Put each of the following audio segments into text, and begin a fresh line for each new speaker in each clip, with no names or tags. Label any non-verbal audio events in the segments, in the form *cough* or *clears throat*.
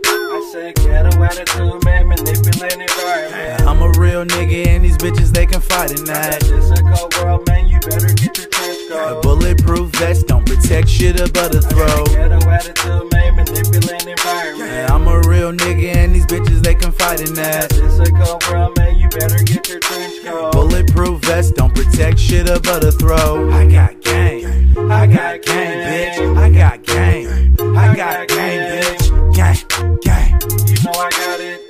mindset, ghetto attitude, man, manipulate environment.
I'm a real nigga and these bitches they can fight
That
tonight.
is a cold world, man, you better get your trench
A
coat.
bulletproof vest don't protect shit above the
Got a
throat.
Ghetto attitude, man, manipulate environment.
I'm a real nigga and these bitches they can fight
That
tonight.
is a cold world, man, you better get your trench coat.
Bulletproof vest don't protect shit above the throat. I got game, I got game, bitch. I got game, I got game, bitch. Gang, gang,
You know I got it,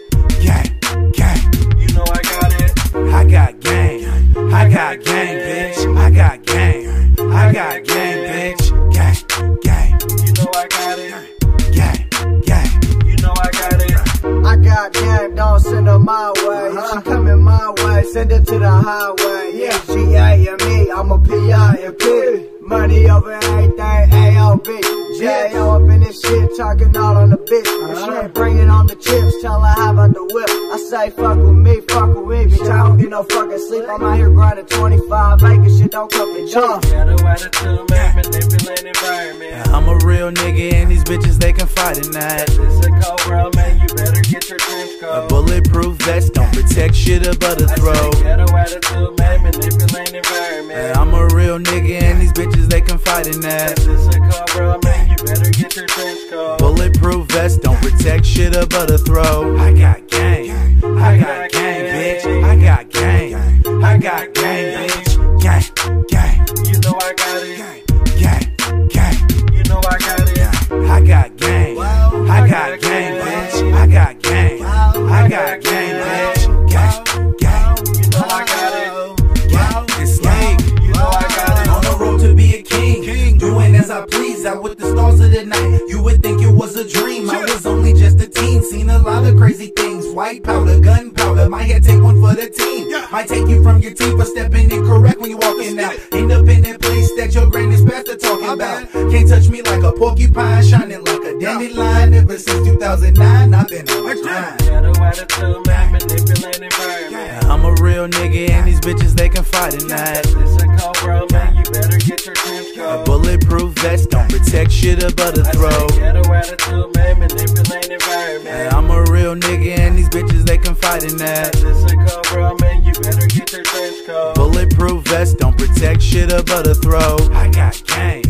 gang, gang.
you know I got it.
I got gang, I got gang, bitch. I got gang, I got gang, bitch. Gang, gang,
You know I got it,
gang, gang.
you know I got it.
I got game, don't send her my way. She coming my way, send her to the highway. Yeah, G A M E, I'm a P I M P. Money over everything, A O B. J O up in this shit, talking all on the bitch. If she ain't bringing on the chips, tell her how about the whip. I say fuck with me, fuck with me, bitch. I don't get no fucking sleep. I'm out here grinding 25, making shit don't come for junk.
Ghetto attitude, man, manipulate environment.
I'm a real nigga and these bitches they can fight tonight.
It's a cold world, man, you better get your trench
A
coat.
bulletproof vest don't protect shit above the
I said
throat.
Ghetto attitude, man, manipulate environment.
I'm a real nigga and these bitches they can fight
This
tonight.
is a cobra, man. You better get your trench coat.
Bulletproof vest don't protect shit above the throat. I got gang, I got gang, bitch. I got gang, I got gang, bitch. Gang, gang,
You know I got it.
gang, gang, gang.
You know I got it.
I got gang, I got gang, bitch. I got gang, I got gang, bitch. Gang, gang.
You know I got it.
It's gang.
You know I got it.
On the road to be a king, doing as I please. Out with the stars of the night, you would think it was a dream. I was only just a teen, seen a lot of crazy things. White powder, gunpowder, might have take one for the team. Might take you from your team for stepping incorrect when you walking out. End up in that place that your granny's pastor talking about. Can't touch me like a porcupine, shining like a dandelion. Ever since 2009, I've been on the grind.
Ghetto attitude, man. Manipulate environment.
I'm a real nigga, and these bitches they can fight tonight.
This a cobra, man. You better get your trench
A
coat.
bulletproof vest don't protect shit above the
I
throat.
said Ghetto attitude, man. Manipulate environment.
I'm a real nigga and these bitches they can fight in that.
This a cobra, man. You better get your trench coat.
Bulletproof vest don't protect shit above the throat. I got gang,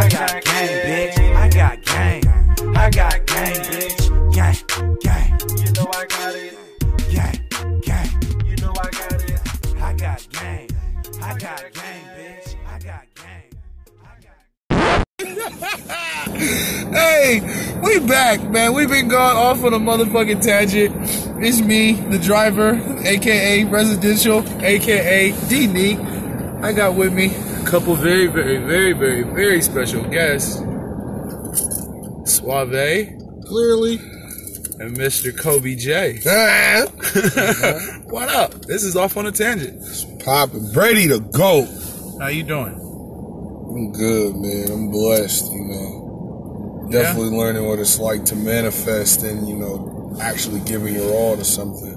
I got gang, bitch. I got gang, I got gang, bitch. Gang, gang,
You know I got it.
gang, gang.
You know I got it.
I got gang, I got gang, bitch. I got gang. I got-
*laughs* Hey, we back, man. We've been gone off on a motherfucking tangent. It's me, the driver, aka Residential, aka D Neat. I got with me a couple very, very, very, very, very special guests. Suave and
Clearly.
Mr. Kobe J. what up? This is off on a tangent.
Poppin'. Brady the GOAT.
How you doing?
I'm good, man. I'm blessed, you know. Definitely learning what it's like to manifest and, you know, actually giving your all to something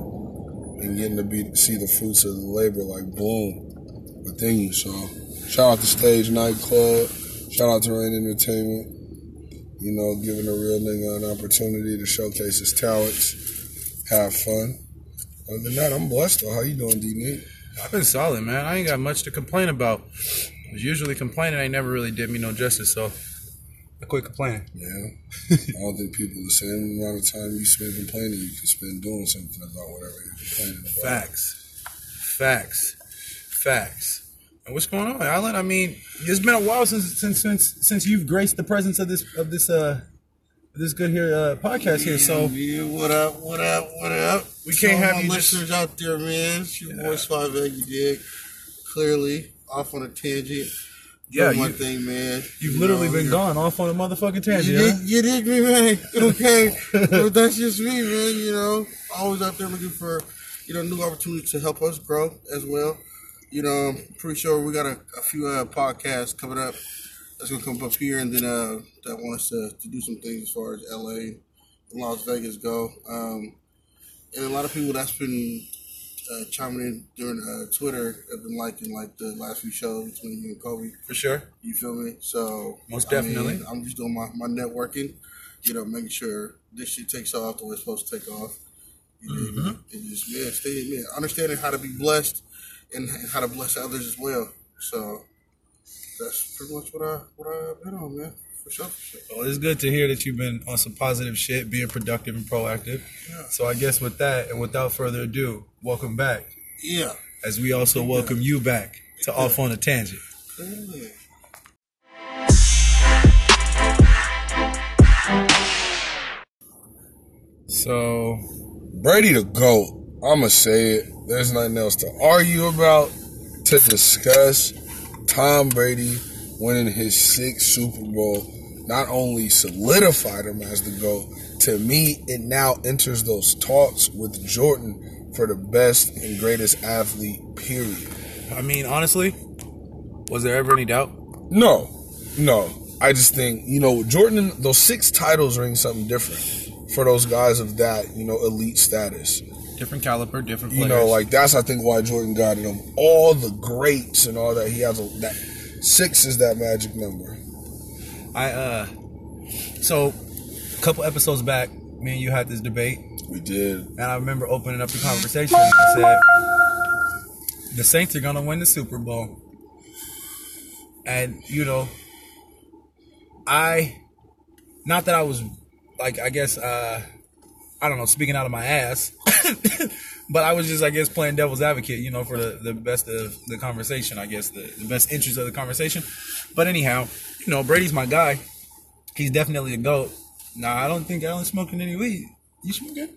and getting to be see the fruits of the labor like bloom within you. So, shout out to Stage Nightclub. Shout out to Rain Entertainment. You know, giving a real nigga an opportunity to showcase his talents, have fun. Other than that, I'm blessed. Though. How you doing, D. Nick?
I've been solid, man. I ain't got much to complain about. I was usually complaining ain't never really did me no justice, so I quit complaining.
Yeah. I don't think people the same amount of time you spend complaining you can spend doing something about whatever you're complaining about.
Facts. Facts. Facts. And what's going on, Alan? I mean, it's been a while since since since since you've graced the presence of this of this uh this good here uh podcast here. So
Yeah, what up, what up, what up?
We can't
To all
have
my
you just-
listeners out there, man. It's your boy Suave you dig. Clearly, off on a tangent.
yeah,
Doing my
you,
thing, man.
you've
You
literally
know,
been
you're-
gone off on a motherfucking tangent.
You
huh?
did, you did me, man. *laughs* Okay, but that's just me, man. You know, always out there looking for, you know, new opportunities to help us grow as well. You know, I'm pretty sure we got a, a few uh, podcasts coming up that's gonna come up here, and then uh, that want us to, to do some things as far as LA and Las Vegas go. Um, and a lot of people that's been uh, chiming in during uh, Twitter have been liking like the last few shows between you and Kobe.
For sure.
You feel me? So
Most
I mean,
definitely.
I'm just doing my, my networking, you know, make sure this shit takes off the way it's supposed to take off. You know,
Mm-hmm.
and just yeah, stay yeah, understanding how to be blessed and, and how to bless others as well. So that's pretty much what I what I've been on, man. For sure, for sure.
Well, it's good to hear that you've been on some positive shit, being productive and proactive. So I guess with that, and without further ado, welcome back.
Yeah.
As we also welcome you back to Off on a Tangent.
Yeah.
So
Brady the GOAT. I'ma say it. There's nothing else to argue about, to discuss. Tom Brady winning his sixth Super Bowl not only solidified him as the GOAT, to me, it now enters those talks with Jordan for the best and greatest athlete, period.
I mean, honestly, was there ever any doubt?
No, no. I just think you know Jordan. Those six titles ring something different for those guys of that you know elite status.
Different caliber, different
You
players.
know, like that's I think why Jordan got it. Um, all the greats and all that. He has a that six is that magic number.
I uh, so a couple episodes back, me and you had this debate,
We did.
and I remember opening up the conversation. I said, "The Saints are gonna win the Super Bowl," and you know, I, not that I was like, I guess, uh, I don't know, speaking out of my ass, *laughs* but I was just, I guess, playing devil's advocate, you know, for the the best of the conversation, I guess, the, the best interest of the conversation. But anyhow, you know, Brady's my guy. He's definitely a goat. Nah, I don't think Alan's smoking any weed. You smoking?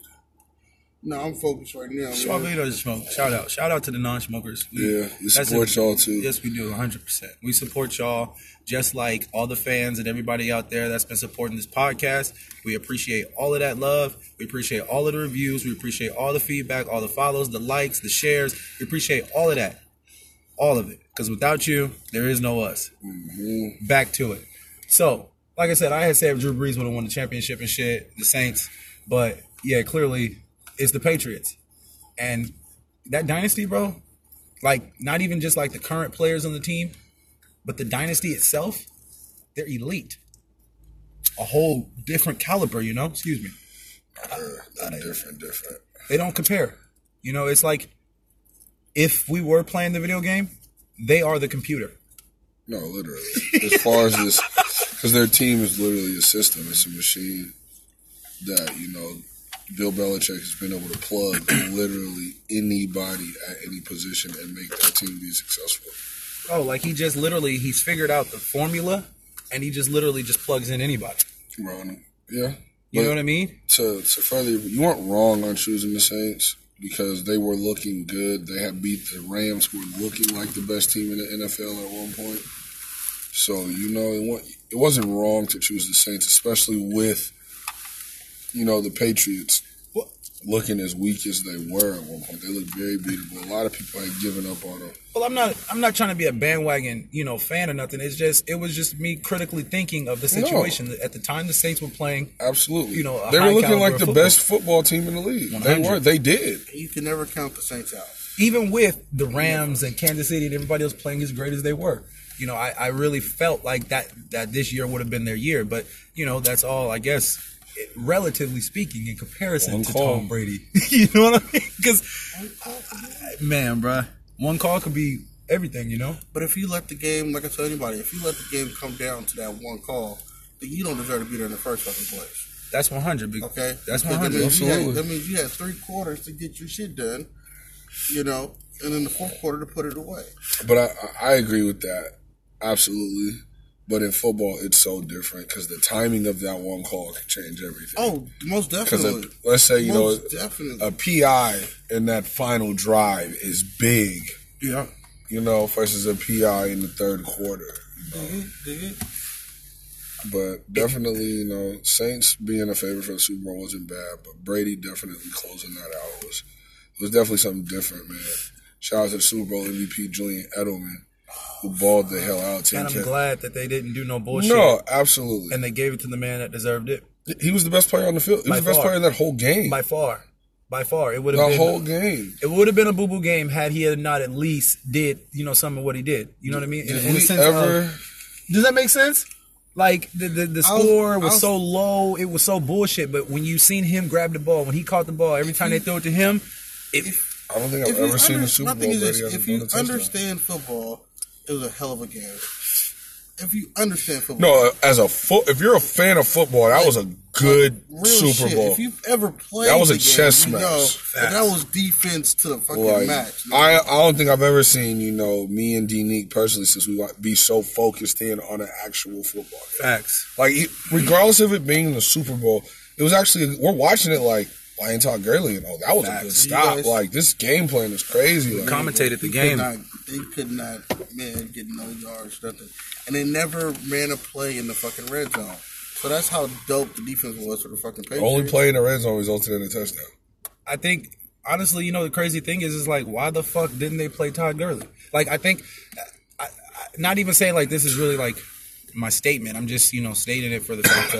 No, I'm focused right now.
Smoke weed or just smoke? Shout out. Shout out to the non smokers.
Yeah, we support y'all too.
Yes, we do, 100%. We support y'all, just like all the fans and everybody out there that's been supporting this podcast. We appreciate all of that love. We appreciate all of the reviews. We appreciate all the feedback, all the follows, the likes, the shares. We appreciate all of that. All of it. Because without you, there is no us.
Mm-hmm.
Back to it. So, like I said, I had said Drew Brees would have won the championship and shit, the Saints. But yeah, clearly it's the Patriots. And that dynasty, bro, like not even just like the current players on the team, but the dynasty itself, they're elite. A whole different caliber, you know? Excuse me.
different, different.
They don't compare. You know, it's like if we were playing the video game, they are the computer.
No, literally. As far as this, because their team is literally a system. It's a machine that you know Bill Belichick has been able to plug literally anybody at any position and make that team be successful.
Oh, like he just literally he's figured out the formula and he just literally just plugs in anybody.
Wrong. Yeah.
You
But-
know what I mean?
to to further, you weren't wrong on choosing the Saints because they were looking good. They had beat the Rams, who were looking like the best team in the NFL at one point. So you know it, wa- it wasn't wrong to choose the Saints, especially with you know the Patriots
What?
looking as weak as they were at one point. They looked very beatable. A lot of people had given up on them.
Well, I'm not. I'm not trying to be a bandwagon, you know, fan or nothing. It's just it was just me critically thinking of the situation at the time the Saints were playing.
Absolutely,
You know, a
they were
high
looking
caliber
like the
football.
best football team in the league. They
100.
were. They did.
You can never count the Saints out.
even with the Rams and Kansas City and everybody else playing as great as they were, you know, I, I really felt like that that this year would have been their year. But you know, that's all I guess, it- relatively speaking, in comparison
One
to
call.
Tom Brady. *laughs* you know what I mean? Because man, bruh, one call could be everything. You know,
But if you let the game, like I tell anybody, if you let the game come down to that one call, then you don't deserve to be there in the first fucking place.
that's 100. be-
Okay,
that's
Because
100.
That means, you had,
absolutely.
that means you had three quarters to get your shit done, you know, and then the fourth quarter to put it away.
But I, I agree with that. Absolutely. But in football, it's so different because the timing of that one call can change everything.
Oh, most
because
definitely.
let's say, you know,
most definitely.
a PI in that final drive is big,
yeah.
you know, versus a PI in the third quarter.
Mm-hmm.
But definitely, you know, Saints being a favorite for the Super Bowl wasn't bad, but Brady definitely closing that out was, was definitely something different, man. Shout out to the Super Bowl MVP Julian Edelman, who balled the hell out. 10
and I'm glad that they didn't do no bullshit.
No, absolutely.
And they gave it to the man that deserved it
he was the best player on the field. He
By
was the best
far.
player in that whole game.
by far. By far, it would have
the
been
whole game.
it would have been a boo boo game had he had not at least did you know some of what he did. You know what I mean? In-
Did
in the
we
sense of-
ever?
does that make sense? Like the the, the
I was-
score
I
was,
was-
so low, it was so bullshit. But when you seen him grab the ball, when he caught the ball, every time they threw it to him, it
I don't think I've
If you
ever seen
under-
a Super
my
Bowl
thing
where
is
he
this,
hasn't
If
thrown
you
a touchdown.
understand football, it was a hell of a game. If you understand football,
No, as a foot, if you're a fan of football, that was a good
real
Super
shit,
Bowl.
If you've ever played,
That was a
the game,
chess
you
match.
know that, that
Facts.
was defense to the fucking
Like,
match.
I, I don't think I've ever seen, you know, me and D-Nick personally since we got- be so focused in on an actual football game.
facts.
Like, it- regardless of it being the Super Bowl, it was actually, we're watching it like, why ain't Todd Gurley? And, oh, that was a good
Facts. You
stop.
guys-
like, this game plan is crazy. Like,
Commentated the
They
game.
Could not, they could not, man, get no yards, nothing. And they never ran a play in the fucking red zone. So that's how dope the defense was for the fucking Patriots.
only play in the red zone resulted in a touchdown.
I think honestly, you know, the crazy thing is, is like, why the fuck didn't they play Todd Gurley? Like, I think, I, I, not even saying like this is really like my statement. I'm just you know stating it for the fact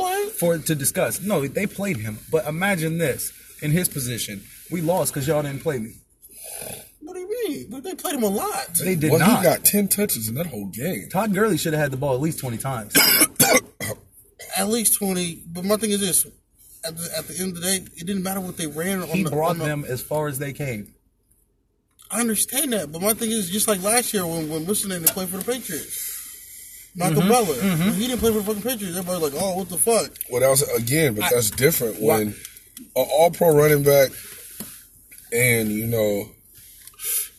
*coughs*
of for to discuss. No, they played him, but imagine this in his position. We lost because y'all didn't play me.
What do you mean? But They played him a lot.
They did
well,
not.
he got 10 touches in that whole game.
Todd Gurley should have had the ball at least twenty times.
At least 20. But my thing is this. At the, at the end of the day, it didn't matter what they ran on
He
the
brought
on the-
them as far as they came.
I understand that, but my thing is just like last year when when what's his name to play for the Patriots,
Mm-hmm.
Malcolm Butler. When he didn't play for the fucking Patriots. Everybody's like, oh, what the fuck?
Well, that was again, but that's different when an all-pro running back and you know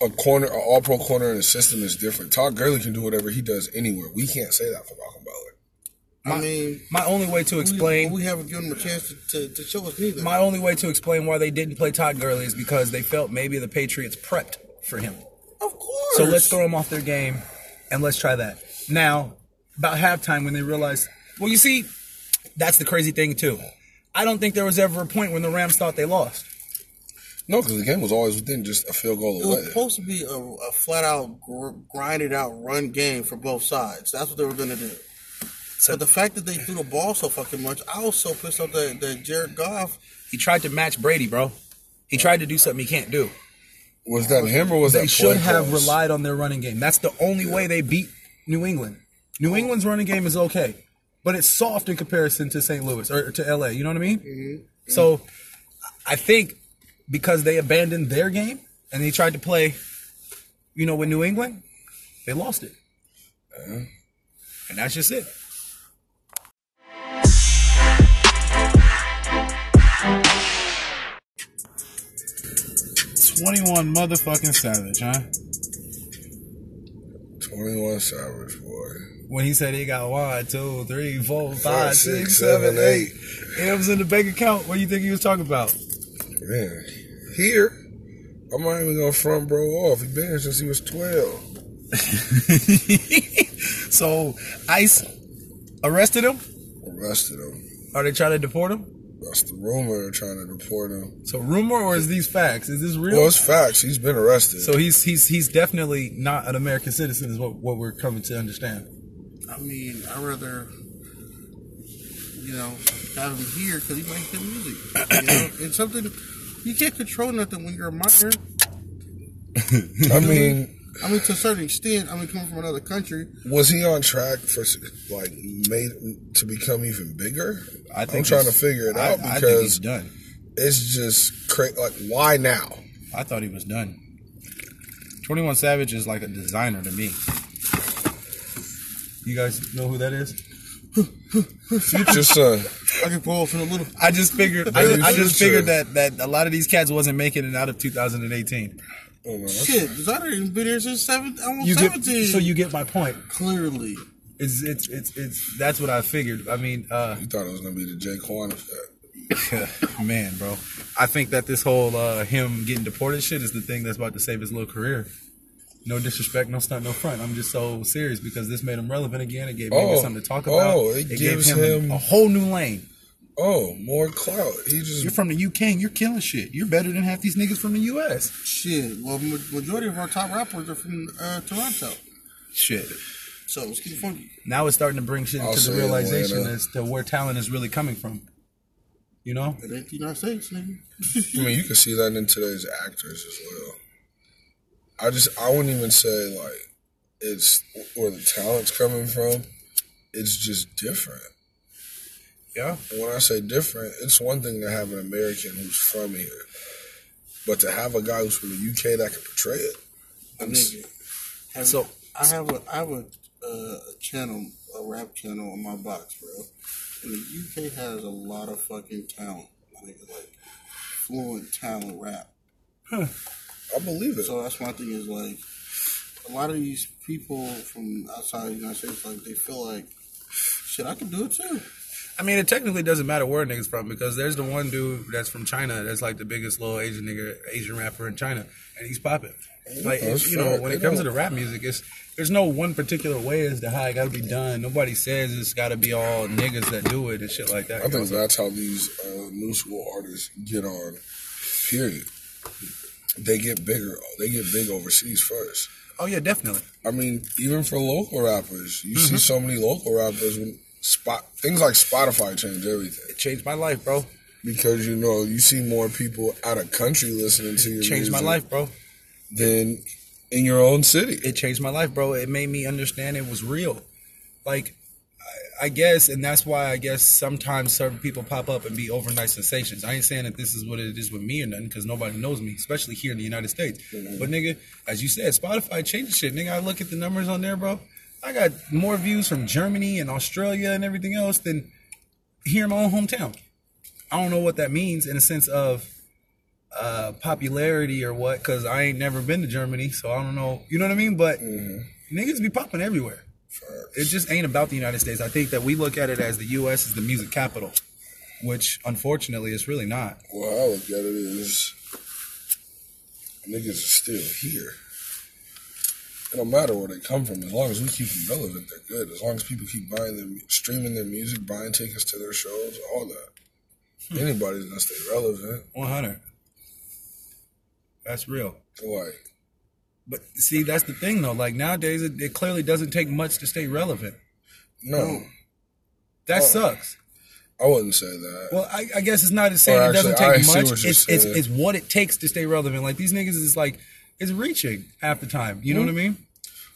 a corner, an all-pro corner in the system is different. Todd Gurley can do whatever he does anywhere. We can't say that for Malcolm Butler.
I mean,
My only way to explain
We, we haven't given him a chance to, to, to show us neither.
My only way to explain why they didn't play Todd Gurley is because they felt maybe the Patriots prepped for him.
of course.
So let's throw him off their game and let's try that. Now, about halftime when they realized, well, you see, that's the crazy thing too. I don't think there was ever a point when the Rams thought they lost.
No, because the game was always within just a field goal
It was
away.
supposed to be a, a flat out gr- grinded out run game for both sides. That's what they were gonna do. but the fact that they threw the ball so fucking much, I was so pissed off that, that Jared Goff.
He tried to match Brady, bro. He tried to do something he can't do.
Was that him or was
They
that play
should have
calls?
relied on their running game. That's the only way they beat New England. New England's running game is okay, but it's soft in comparison to St. Louis or to LA. You know what I mean? So I think because they abandoned their game and they tried to play, you know, with New England, they lost it. Uh-huh. And that's just it. Twenty-one motherfucking savage, huh?
Twenty-one Savage boy.
When he said he got one, two, three, four,
Five,
five,
six,
six,
seven,
seven, eight. M's in the bank account. What do you think he was talking about?
Man, here I'm not even gonna front bro off. He been here since he was twelve.
so ICE arrested him?
Arrested him.
Are they trying to deport him?
That's the rumor. Trying to deport him.
So rumor or is these facts? Is this real?
Well, it's facts. He's been arrested.
so he's he's he's definitely not an American citizen is what, what we're coming to understand.
I mean, I would rather you know have him here because he makes good music. You
*clears throat*
know, and something you can't control nothing when you're a minor.
I mean.
I mean, to a certain extent. I mean, coming from another country,
Was he on track for like made to become even bigger?
I
I'm trying to figure it out
I, think
because
he's done.
it's just cra- like why now?
I thought he was done. Twenty One Savage is like a designer to me. You guys know who that is?
Future son, *laughs*
I can pull from a little.
I just figured. I, I just
Future.
figured that that a lot of these cats wasn't making it out of 2018.
Oh, no, that's-
Shit, designer has been here since seven, almost
You get
seventeen.
so you get my point.
clearly.
It's it's it's it's that's what I figured. I mean,
*laughs*
uh,
you thought it was gonna be the Jay Quan effect.
man, bro, I think that this whole uh, him getting deported shit is the thing that's about to save his little career. No disrespect, no stunt, no front. I'm just so serious because this made him relevant again. It gave me
Oh,
something to talk
oh,
about.
it
gave
gives
him,
him-
a whole new lane.
Oh, more clout. He just
You're from the UK and you're killing shit. You're better than half these niggas from the US.
Shit. Well, ma- majority of our top rappers are from uh, Toronto,
Shit.
so let's keep it funky.
Now it's starting to bring shit
I'll
to
say
the realization
Atlanta.
as to where talent is really coming from. You know?
It ain't the United States, nigga.
I mean, you can see that in today's actors as well. I just, I wouldn't even say like it's where the talent's coming from. it's just different.
Yeah.
And when I say different, it's one thing to have an American who's from here, but to have a guy who's from the UK that can portray it. it's-
Nigga. Have-
So-
I have a I have a, uh, a channel, a rap channel on my box, bro. And the UK has a lot of fucking talent, like, like fluent talent rap.
I believe it.
So that's my thing is like a lot of these people from outside the United States, like they feel like shit, I can do it too.
I mean, it technically doesn't matter where a nigga's from because there's the one dude that's from China that's like the biggest little Asian nigga, Asian rapper in China, and he's popping. Like
that's
it's, you know,
fact.
when
They
it comes to
don't-
the rap music, it's there's no one particular way as to how it got to be done. Nobody says it's got to be all niggas that do it and shit like that.
I think that's how these uh, new school artists get on. Period. They get bigger. They get big overseas first.
oh yeah, definitely.
I mean, even for local rappers, you
Mm-hmm.
see so many local rappers when spot things like Spotify change everything
It changed my life, bro.
because you know you see more people out of country listening to your
It changed my
music
life, bro.
than in your own city.
it changed my life, bro. It made me understand it was real. Like, I, I guess, and that's why I guess sometimes certain people pop up and be overnight sensations. I ain't saying that this is what it is with me or nothing, because nobody knows me, especially here in the United States. But nigga, as you said, Spotify changes shit. Nigga, I look at the numbers on there, bro. I got more views from Germany and Australia and everything else than here in my own hometown. I don't know what that means in a sense of uh, popularity or what, because I ain't never been to Germany, so I don't know. You know what I mean? But
Mm-hmm.
niggas be popping everywhere. It just ain't about the United States. I think that we look at it as the U.S. is the music capital, which unfortunately it's really not.
Well, I look at it is niggas are still here. It don't matter where they come from, as long as we keep them relevant, they're good. As long as people keep buying them, streaming their music, buying tickets to their shows, all that.
Hmm.
Anybody's gonna stay relevant.
100. That's real.
Like,
But see, that's the thing though. Like nowadays, it, it clearly doesn't take much to stay relevant.
no,
That
Oh.
sucks.
I wouldn't say that.
Well, I, I guess it's not as saying
Or
it doesn't
actually, I
take
see
much.
what you're
It's, it's
saying.
it's what it takes to stay relevant. Like these niggas is like it's reaching half the time. You
Mm-hmm.
know what I mean?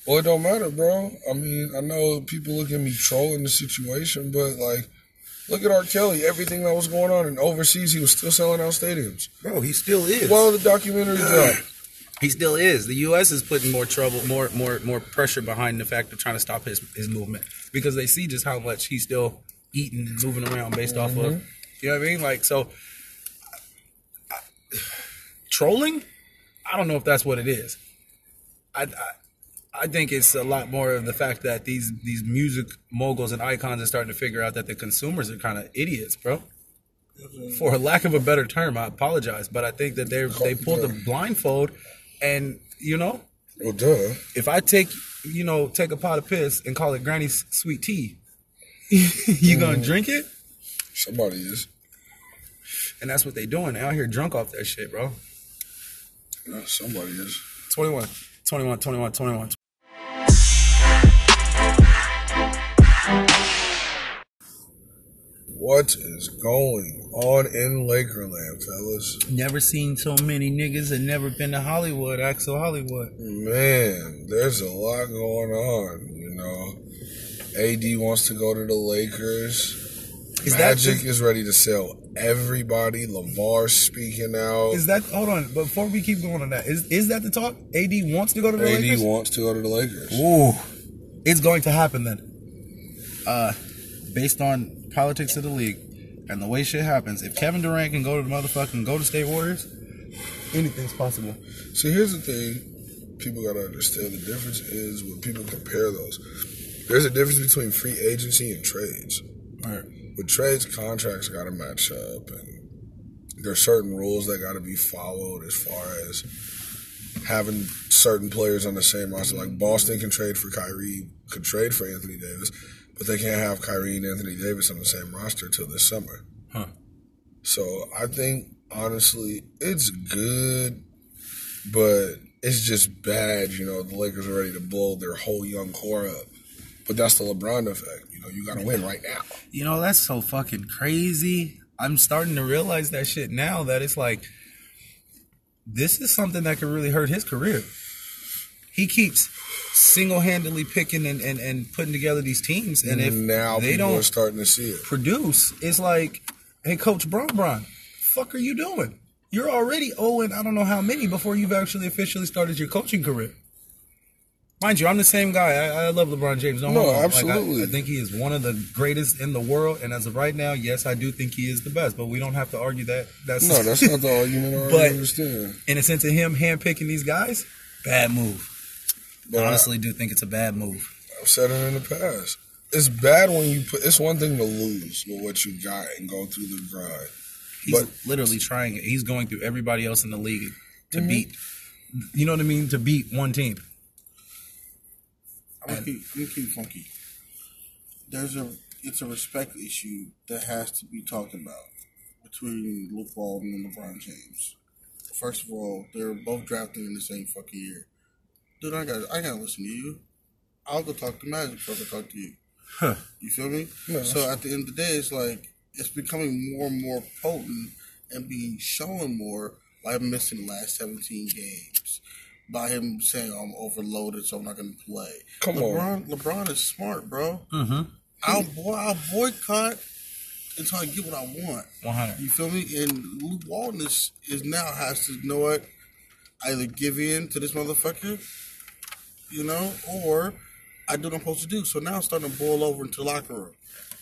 Well, it don't matter, bro. I mean, I know people look at me trolling the situation, but like, look at R. Kelly. Everything that was going on in overseas, he was still selling out stadiums.
Bro, he still is.
Well, the documentary dropped.
He still is. The U.S. is putting more trouble, more more more pressure behind the fact of trying to stop his his movement because they see just how much he's still eating and moving around based off of. You know what I mean? Like so, I- I- trolling. I don't know if that's what it is. I, I I think it's a lot more of the fact that these these music moguls and icons are starting to figure out that the consumers are kind of idiots, bro. For lack of a better term, I apologize, but I think that they they pulled the blindfold, and you know,
*clears throat* Well, duh.
if I take you know take a pot of piss and call it Granny's sweet tea, *laughs* you gonna drink it?
Somebody is.
And that's what they doing. They out here drunk off that shit, bro.
Yeah, somebody is.
21, 21, 21, 21.
What is going on in Lakerland, fellas?
Never seen so many niggas that never been to Hollywood, Axel Hollywood.
Man, there's a lot going on, you know. AD wants to go to the Lakers.
Is
Magic is ready to sell everybody. LeVar's speaking out.
Is that hold on? Before we keep going on that, is is that the talk? AD wants to go to the
AD
Lakers.
wants to go to the Lakers.
Ooh, it's going to happen then. Uh, based on politics of the league and the way shit happens, if Kevin Durant can go to the motherfucking Golden State Warriors, anything's possible.
See, here's the thing people got to understand the difference is when people compare those. There's a difference between free agency and trades.
Right.
With trades, contracts got to match up, and there's certain rules that got to be followed as far as having certain players on the same roster. Like Boston can trade for Kyrie, could trade for Anthony Davis, but they can't have Kyrie and Anthony Davis on the same roster till this summer.
Huh.
So I think honestly, it's good, but it's just bad. You know, the Lakers are ready to blow their whole young core up, but that's the LeBron effect. You know, you got to win right now.
You know that's so fucking crazy. I'm starting to realize that shit now. That it's like this is something that could really hurt his career. He keeps single handedly picking and, and, and putting together these teams. And if
now
they
people
don't
are starting to see it.
produce, it's like, hey, Coach Bron Bron, fuck are you doing? You're already owing I don't know how many before you've actually officially started your coaching career. Mind you, I'm the same guy. I, I love LeBron James. Don't
No,
hold on. Like, I-
absolutely.
I, think he is one of the greatest in the world, and as of right now, yes, I do think he is the best. But we don't have to argue that. That's
*laughs* No, that's not the argument I
But-
already understand.
*laughs* in a sense of him handpicking these guys. Bad move.
But I-
Honestly, do think it's a bad move.
I've said it in the past. It's bad when you put. It's one thing to lose with what you got and go through the grind.
He's
But-
literally trying it. He's going through everybody else in the league to beat. You know what I mean? To beat one team.
I'm gonna keep, I'm gonna keep funky. There's a it's a respect issue that has to be talked about between Luke Walton and LeBron James. First of all, they're both drafted in the same fucking year. Dude, I got I gotta listen to you. I'll go talk to Magic before I go talk to you. You feel me? So at the end of the day, it's like it's becoming more and more potent and being shown more by him missing the last 17 games, by him saying I'm overloaded, so I'm not going to play.
Come on.
LeBron, LeBron is smart, bro. Mm-hmm. I'll boy, I'll boycott until I get what I want.
100.
You feel me? And Luke Walton is, is now has to know what either give in to this motherfucker, you know, or I do what I'm supposed to do. So now it's starting to boil over into the locker room.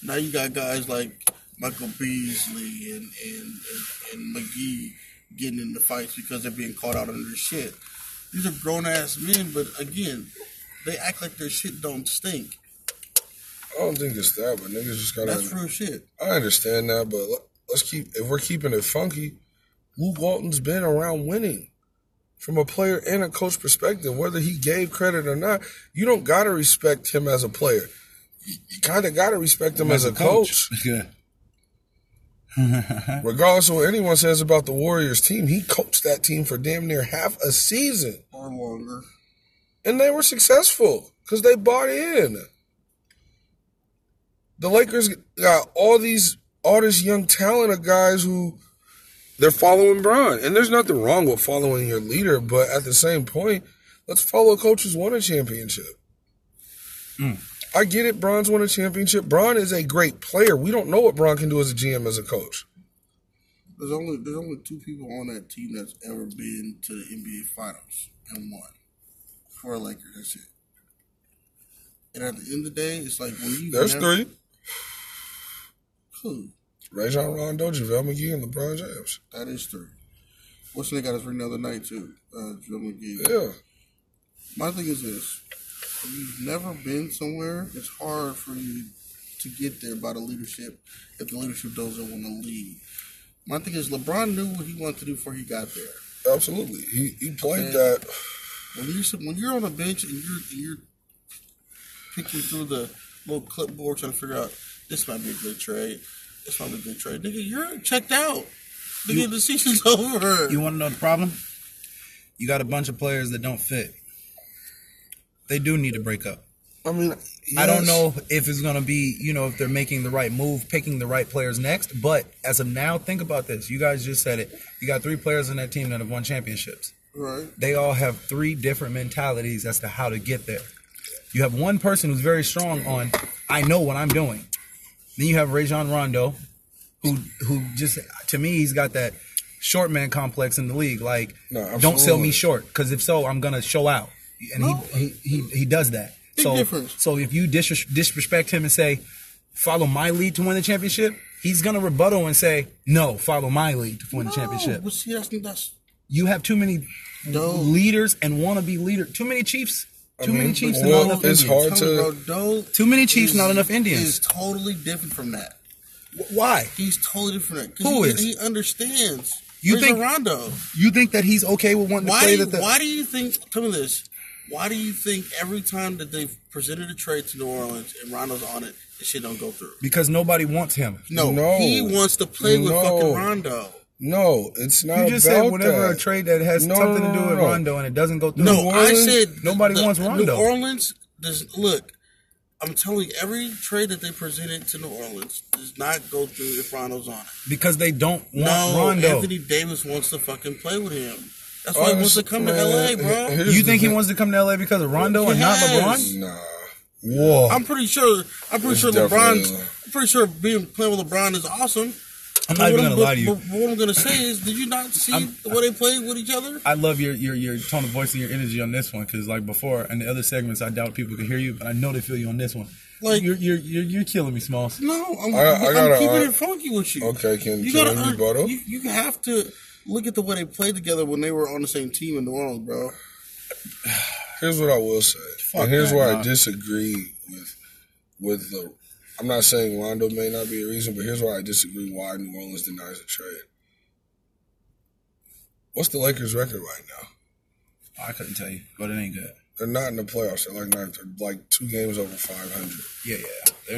Now you got guys like Michael Beasley and and, and, and McGee getting into fights because they're being caught out on their shit. These are grown ass men, but again, they act like their shit don't stink.
I don't think it's that, but niggas just gotta.
That's real shit.
I understand that, but let- let's keep if we're keeping it funky. Luke Walton's been around winning from a player and a coach perspective, whether he gave credit or not. You don't gotta respect him as a player. You, you kind of gotta respect him as a coach. *laughs*
Yeah.
Regardless of what anyone says about the Warriors team, he coached that team for damn near half a season,
Or longer.
and they were successful because they bought in. The Lakers got all these all this young talent of guys who they're following Bron, and there's nothing wrong with following your leader, but at the same point, let's follow coaches won a championship. I get it. Bron's won a championship. Bron is a great player. We don't know what Bron can do as a GM, as a coach.
There's only there's only two people on that team that's ever been to the NBA Finals and won for a Lakers. That's it. And at the end of the day, it's like when you
There's
never-
three.
Cool.
Rajon Rondo, JaVale McGee, and LeBron James.
That is three. What's the name got us ring the other night too? Uh, Drill McGee.
Yeah.
My thing is this: if you've never been somewhere, it's hard for you to get there by the leadership if the leadership doesn't want to lead. My thing is LeBron knew what he wanted to do before he got there.
Absolutely. He he played
Man.
that.
when you're sit- when you're on the bench and you're and you're picking through the little clipboard trying to figure out this might be a good trade, this might be a good trade, nigga, you're checked out. Nigga, the season's *laughs* over.
You want to know the problem? You got a bunch of players that don't fit. They do need to break up.
I mean,
I don't
yes.
know if it's going to be, you know, if they're making the right move, picking the right players next. But as of now, think about this. You guys just said it. You got three players on that team that have won championships.
right?
They all have three different mentalities as to how to get there. You have one person who's very strong on, I know what I'm doing. Then you have Rajon Rondo, who who just to me he's got that short man complex in the league. Like,
No,
don't sell me
absolutely.
short because if so, I'm gonna show out. And he, he he he does that.
Big
so
difference.
so if you dis- disrespect him and say, follow my lead to win the championship, he's gonna rebuttal and say, no, follow my lead to win the
Oh,
championship.
but see, that's that's
You have too many
dope.
leaders and want to be leader. Too many chiefs. Too many chiefs and
well,
not enough
it's
Indians.
hard
Tell
to-
me, bro, dope
Too many chiefs,
is-
not enough Indians.
Is totally different from that.
Wh- Why?
He's totally different. 'Cause
Who
he,
is?
He understands.
You
Rajon
think-
Rondo?
You think that he's okay with wanting to
Why?
play
Do you,
that? The,
Why do you think? Tell me this. Why do you think every time that they've presented a trade to New Orleans and Rondo's on it, the shit don't go through?
Because nobody wants him.
No,
No.
he wants to play with
No.
fucking Rondo.
No, it's not.
You just
about
said whenever
that.
a trade that has
No,
something
no,
to do
no,
with
no.
Rondo and it doesn't go through.
No, I
Orleans-
said
Nobody
the-
wants
the
Rondo.
New Orleans does look. I'm telling you, every trade that they presented to New Orleans does not go through if Rondo's on it.
because they don't want
No,
Rondo.
Anthony Davis wants to fucking play with him.
That's why he wants to
Honestly,
come to
man,
LA,
here-
bro.
here's
You
the
think he
thing.
wants to come to LA because of Rondo and not
Yes.
LeBron?
Nah. Whoa.
I'm pretty sure. I'm pretty
It's
sure
definitely
LeBron's.
LeBron.
I'm pretty sure being playing with LeBron is awesome.
I'm not even
What
gonna
I'm-
lie to you.
But, but what I'm gonna say is, did you not see
I'm-
the way they played with each other?
I love your, your your tone of voice and your energy on this one because like before and the other segments, I doubt people could hear you, but I know they feel you on this one. Like
Like-
you're you're you're, you're killing me, Smalls.
No, I'm,
I- I
I'm
gotta-
uh,
keeping
I-
it funky with you.
Okay, can-
you
can
gotta
I
un-
rebuttal?
You, you have to look at the way they played together when they were on the same team in New Orleans, bro.
here's what I will say, and here's why I disagree with with the. I'm not saying Rondo may not be a reason, but here's why I disagree. Why New Orleans denies a trade? What's the Lakers' record right now?
I couldn't tell you, but it ain't good.
They're not in the playoffs. They're like ninth. They're like two games over 500.
Yeah, yeah.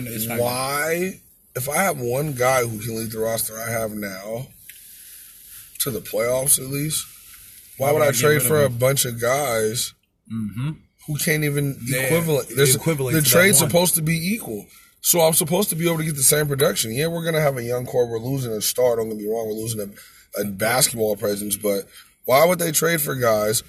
They're- It's not good.
Why? If I have one guy who can lead the roster I have now to the playoffs at least, why, would I,
would I get
trade
rid of
for a
him?
bunch of guys
Mm-hmm.
who can't even
They're
equivalent? There's
equivalent
the
to that
trade's
one.
supposed to be equal. So I'm supposed to be able to get the same production. Yeah, we're gonna have a young core. We're losing a star. Don't get me wrong. We're losing a, a basketball presence, but why would they trade for guys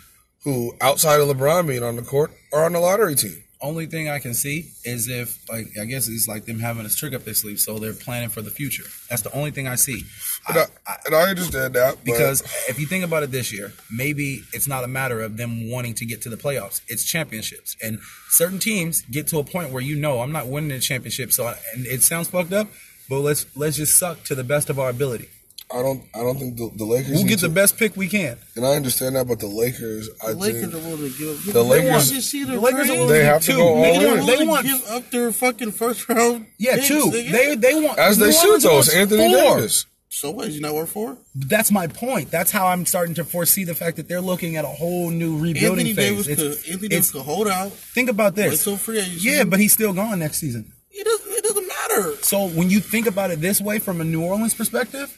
who, outside of LeBron being on the court, are on the lottery team?
Only thing I can see is if like I guess it's like them having a trick up their sleeve, so they're planning for the future. That's the only thing I see.
And I, and I understand that but-
Because if you think about it this year, maybe it's not a matter of them wanting to get to the playoffs. It's championships. And certain teams get to a point where you know I'm not winning the championship. So I, and it sounds fucked up, but let's let's just suck to the best of our ability.
I don't. I don't think the, the Lakers.
We'll
need
get
to-
the best pick we can.
and I understand that, but the Lakers. I
The Lakers are
think
willing to give up.
The
They want
Lakers-
to see
The
their
Lakers are
trade.
willing
They
to
have
two.
to go all
They
in.
want- They want
give up their fucking first *laughs* round.
yeah
picks,
two.
nigga.
They they want
as they
New
should
Orleans
those
wants
Anthony
four.
Davis.
So what? Is he not worth four?
That's my point. That's how I'm starting to foresee the fact that they're looking at a whole new rebuilding
Anthony
phase.
Davis
It's-
could. Anthony
it's-
Davis could hold out.
think about this.
Until free agency.
Yeah, but he's still gone next season.
It doesn't. It doesn't matter.
So when you think about it this way, from a New Orleans perspective,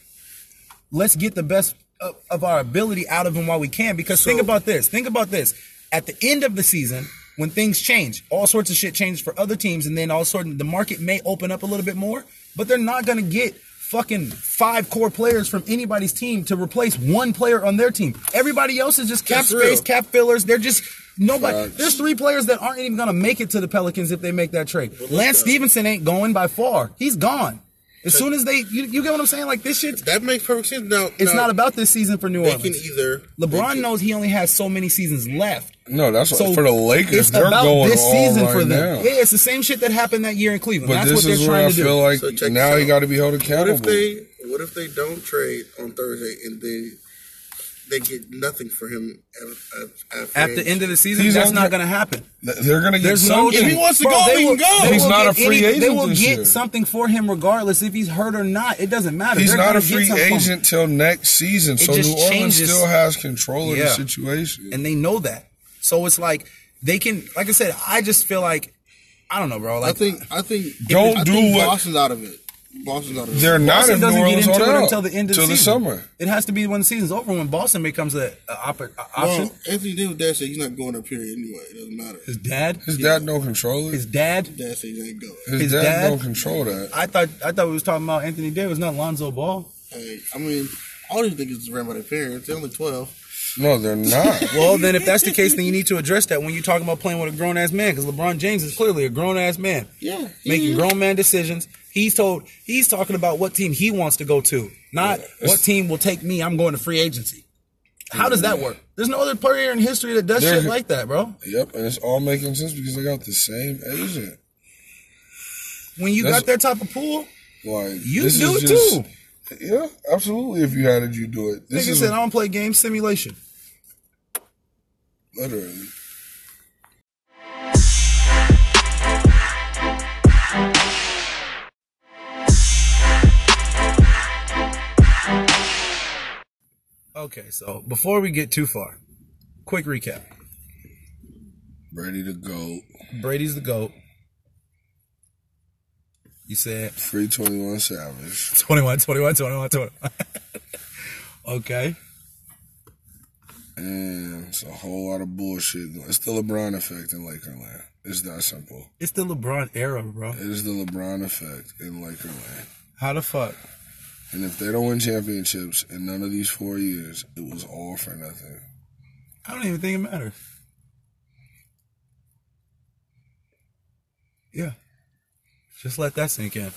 let's get the best of, of our ability out of him while we can. Because think about this. Think about this. At the end of the season, when things change, all sorts of shit changes for other teams, and then all of a sudden the market may open up a little bit more, but they're not gonna get fucking five core players from anybody's team to replace one player on their team. Everybody else is just cap
That's
space,
real.
cap fillers. They're just nobody.
Facts.
There's three players that aren't even gonna make it to the Pelicans if they make that trade. Lance Stevenson ain't going by far. He's gone. As soon as they, you, you get what I'm saying? Like this shit's
That makes perfect sense. Now
it's
now,
not about this season for New
They can
Orleans.
either.
LeBron knows he only has so many seasons left.
No, that's
So
what, for the Lakers.
it's
they're
about
going
this
all
season
right
for them.
now.
Yeah, it's the same shit that happened that year in Cleveland.
But
That's
this
what they're
is where
trying
I
to do.
feel like
So check this
now he
out.
got to be held
What
accountable.
if they? What if they don't trade on Thursday and then they get nothing for him at, at, at
At the end of the season,
He's
that's
on
not
tra-
going to happen.
Th- they're gonna get
There's no.
something.
If he wants to
Bro,
go,
they
he
will-
can go.
they
He's
will
not
get
a free
any- They
agent
will
this
get
year.
something for him regardless if he's hurt or not. It doesn't matter.
He's
They're
not
gonna
a
get
free
something from him.
agent till next season, so
just
New Orleans
changes-
still has control of the
Yeah.
situation.
and they know that. So it's like they can. Like I said, I just feel like I don't know, bro.
I
Like
think I think
Don't
I
do
think
what-
Boston's out of it. Boston's out of it.
they're not
Boston
if New
doesn't get
Orleans
into
on
it
out
until the end of the
till
season.
summer.
It has to be when the season's over when Boston becomes a, a, op- a option.
Well, Anthony Davis dad said he's not going up here anyway. It doesn't matter.
His dad.
His dad don't control it.
His
His,
dad.
Dad said he ain't going.
his
dad,
dad-
don't control that.
I thought I thought we was talking about Anthony Davis, not Lonzo Ball.
Hey, I mean, all these niggas is ran by their parents. They're only twelve.
No, they're not. *laughs*
Well, then if that's the case, then you need to address that when you're talking about playing with a grown ass man, because LeBron James is clearly a grown ass man,
Yeah,
making grown man decisions. He's told he's talking about what team he wants to go to, not what team will take me. I'm going to free agency. How does that work? There's no other player in history that does
There-
shit like that, bro.
yep, and it's all making sense because they got the same agent.
When you
That's-
got that type of pool,
Like
You
this
do
is
it
just,
too.
Yeah, absolutely. If you had it, you do it. This
nigga
is
said I don't play game simulation.
literally.
Okay, so before we get too far, quick recap.
Ready to go.
Mm. Brady's the GOAT. You said *laughs*
Free twenty one Savage.
21, 21, 21, 21. *laughs* okay.
And it's a whole lot of bullshit. It's the LeBron effect in Lakerland. It's that simple.
It's the LeBron era, bro.
It is the LeBron effect in Lakerland.
How the fuck?
And if they don't win championships in none of these four years, it was all for nothing.
I don't even think it matters. Yeah. Just let that sink in.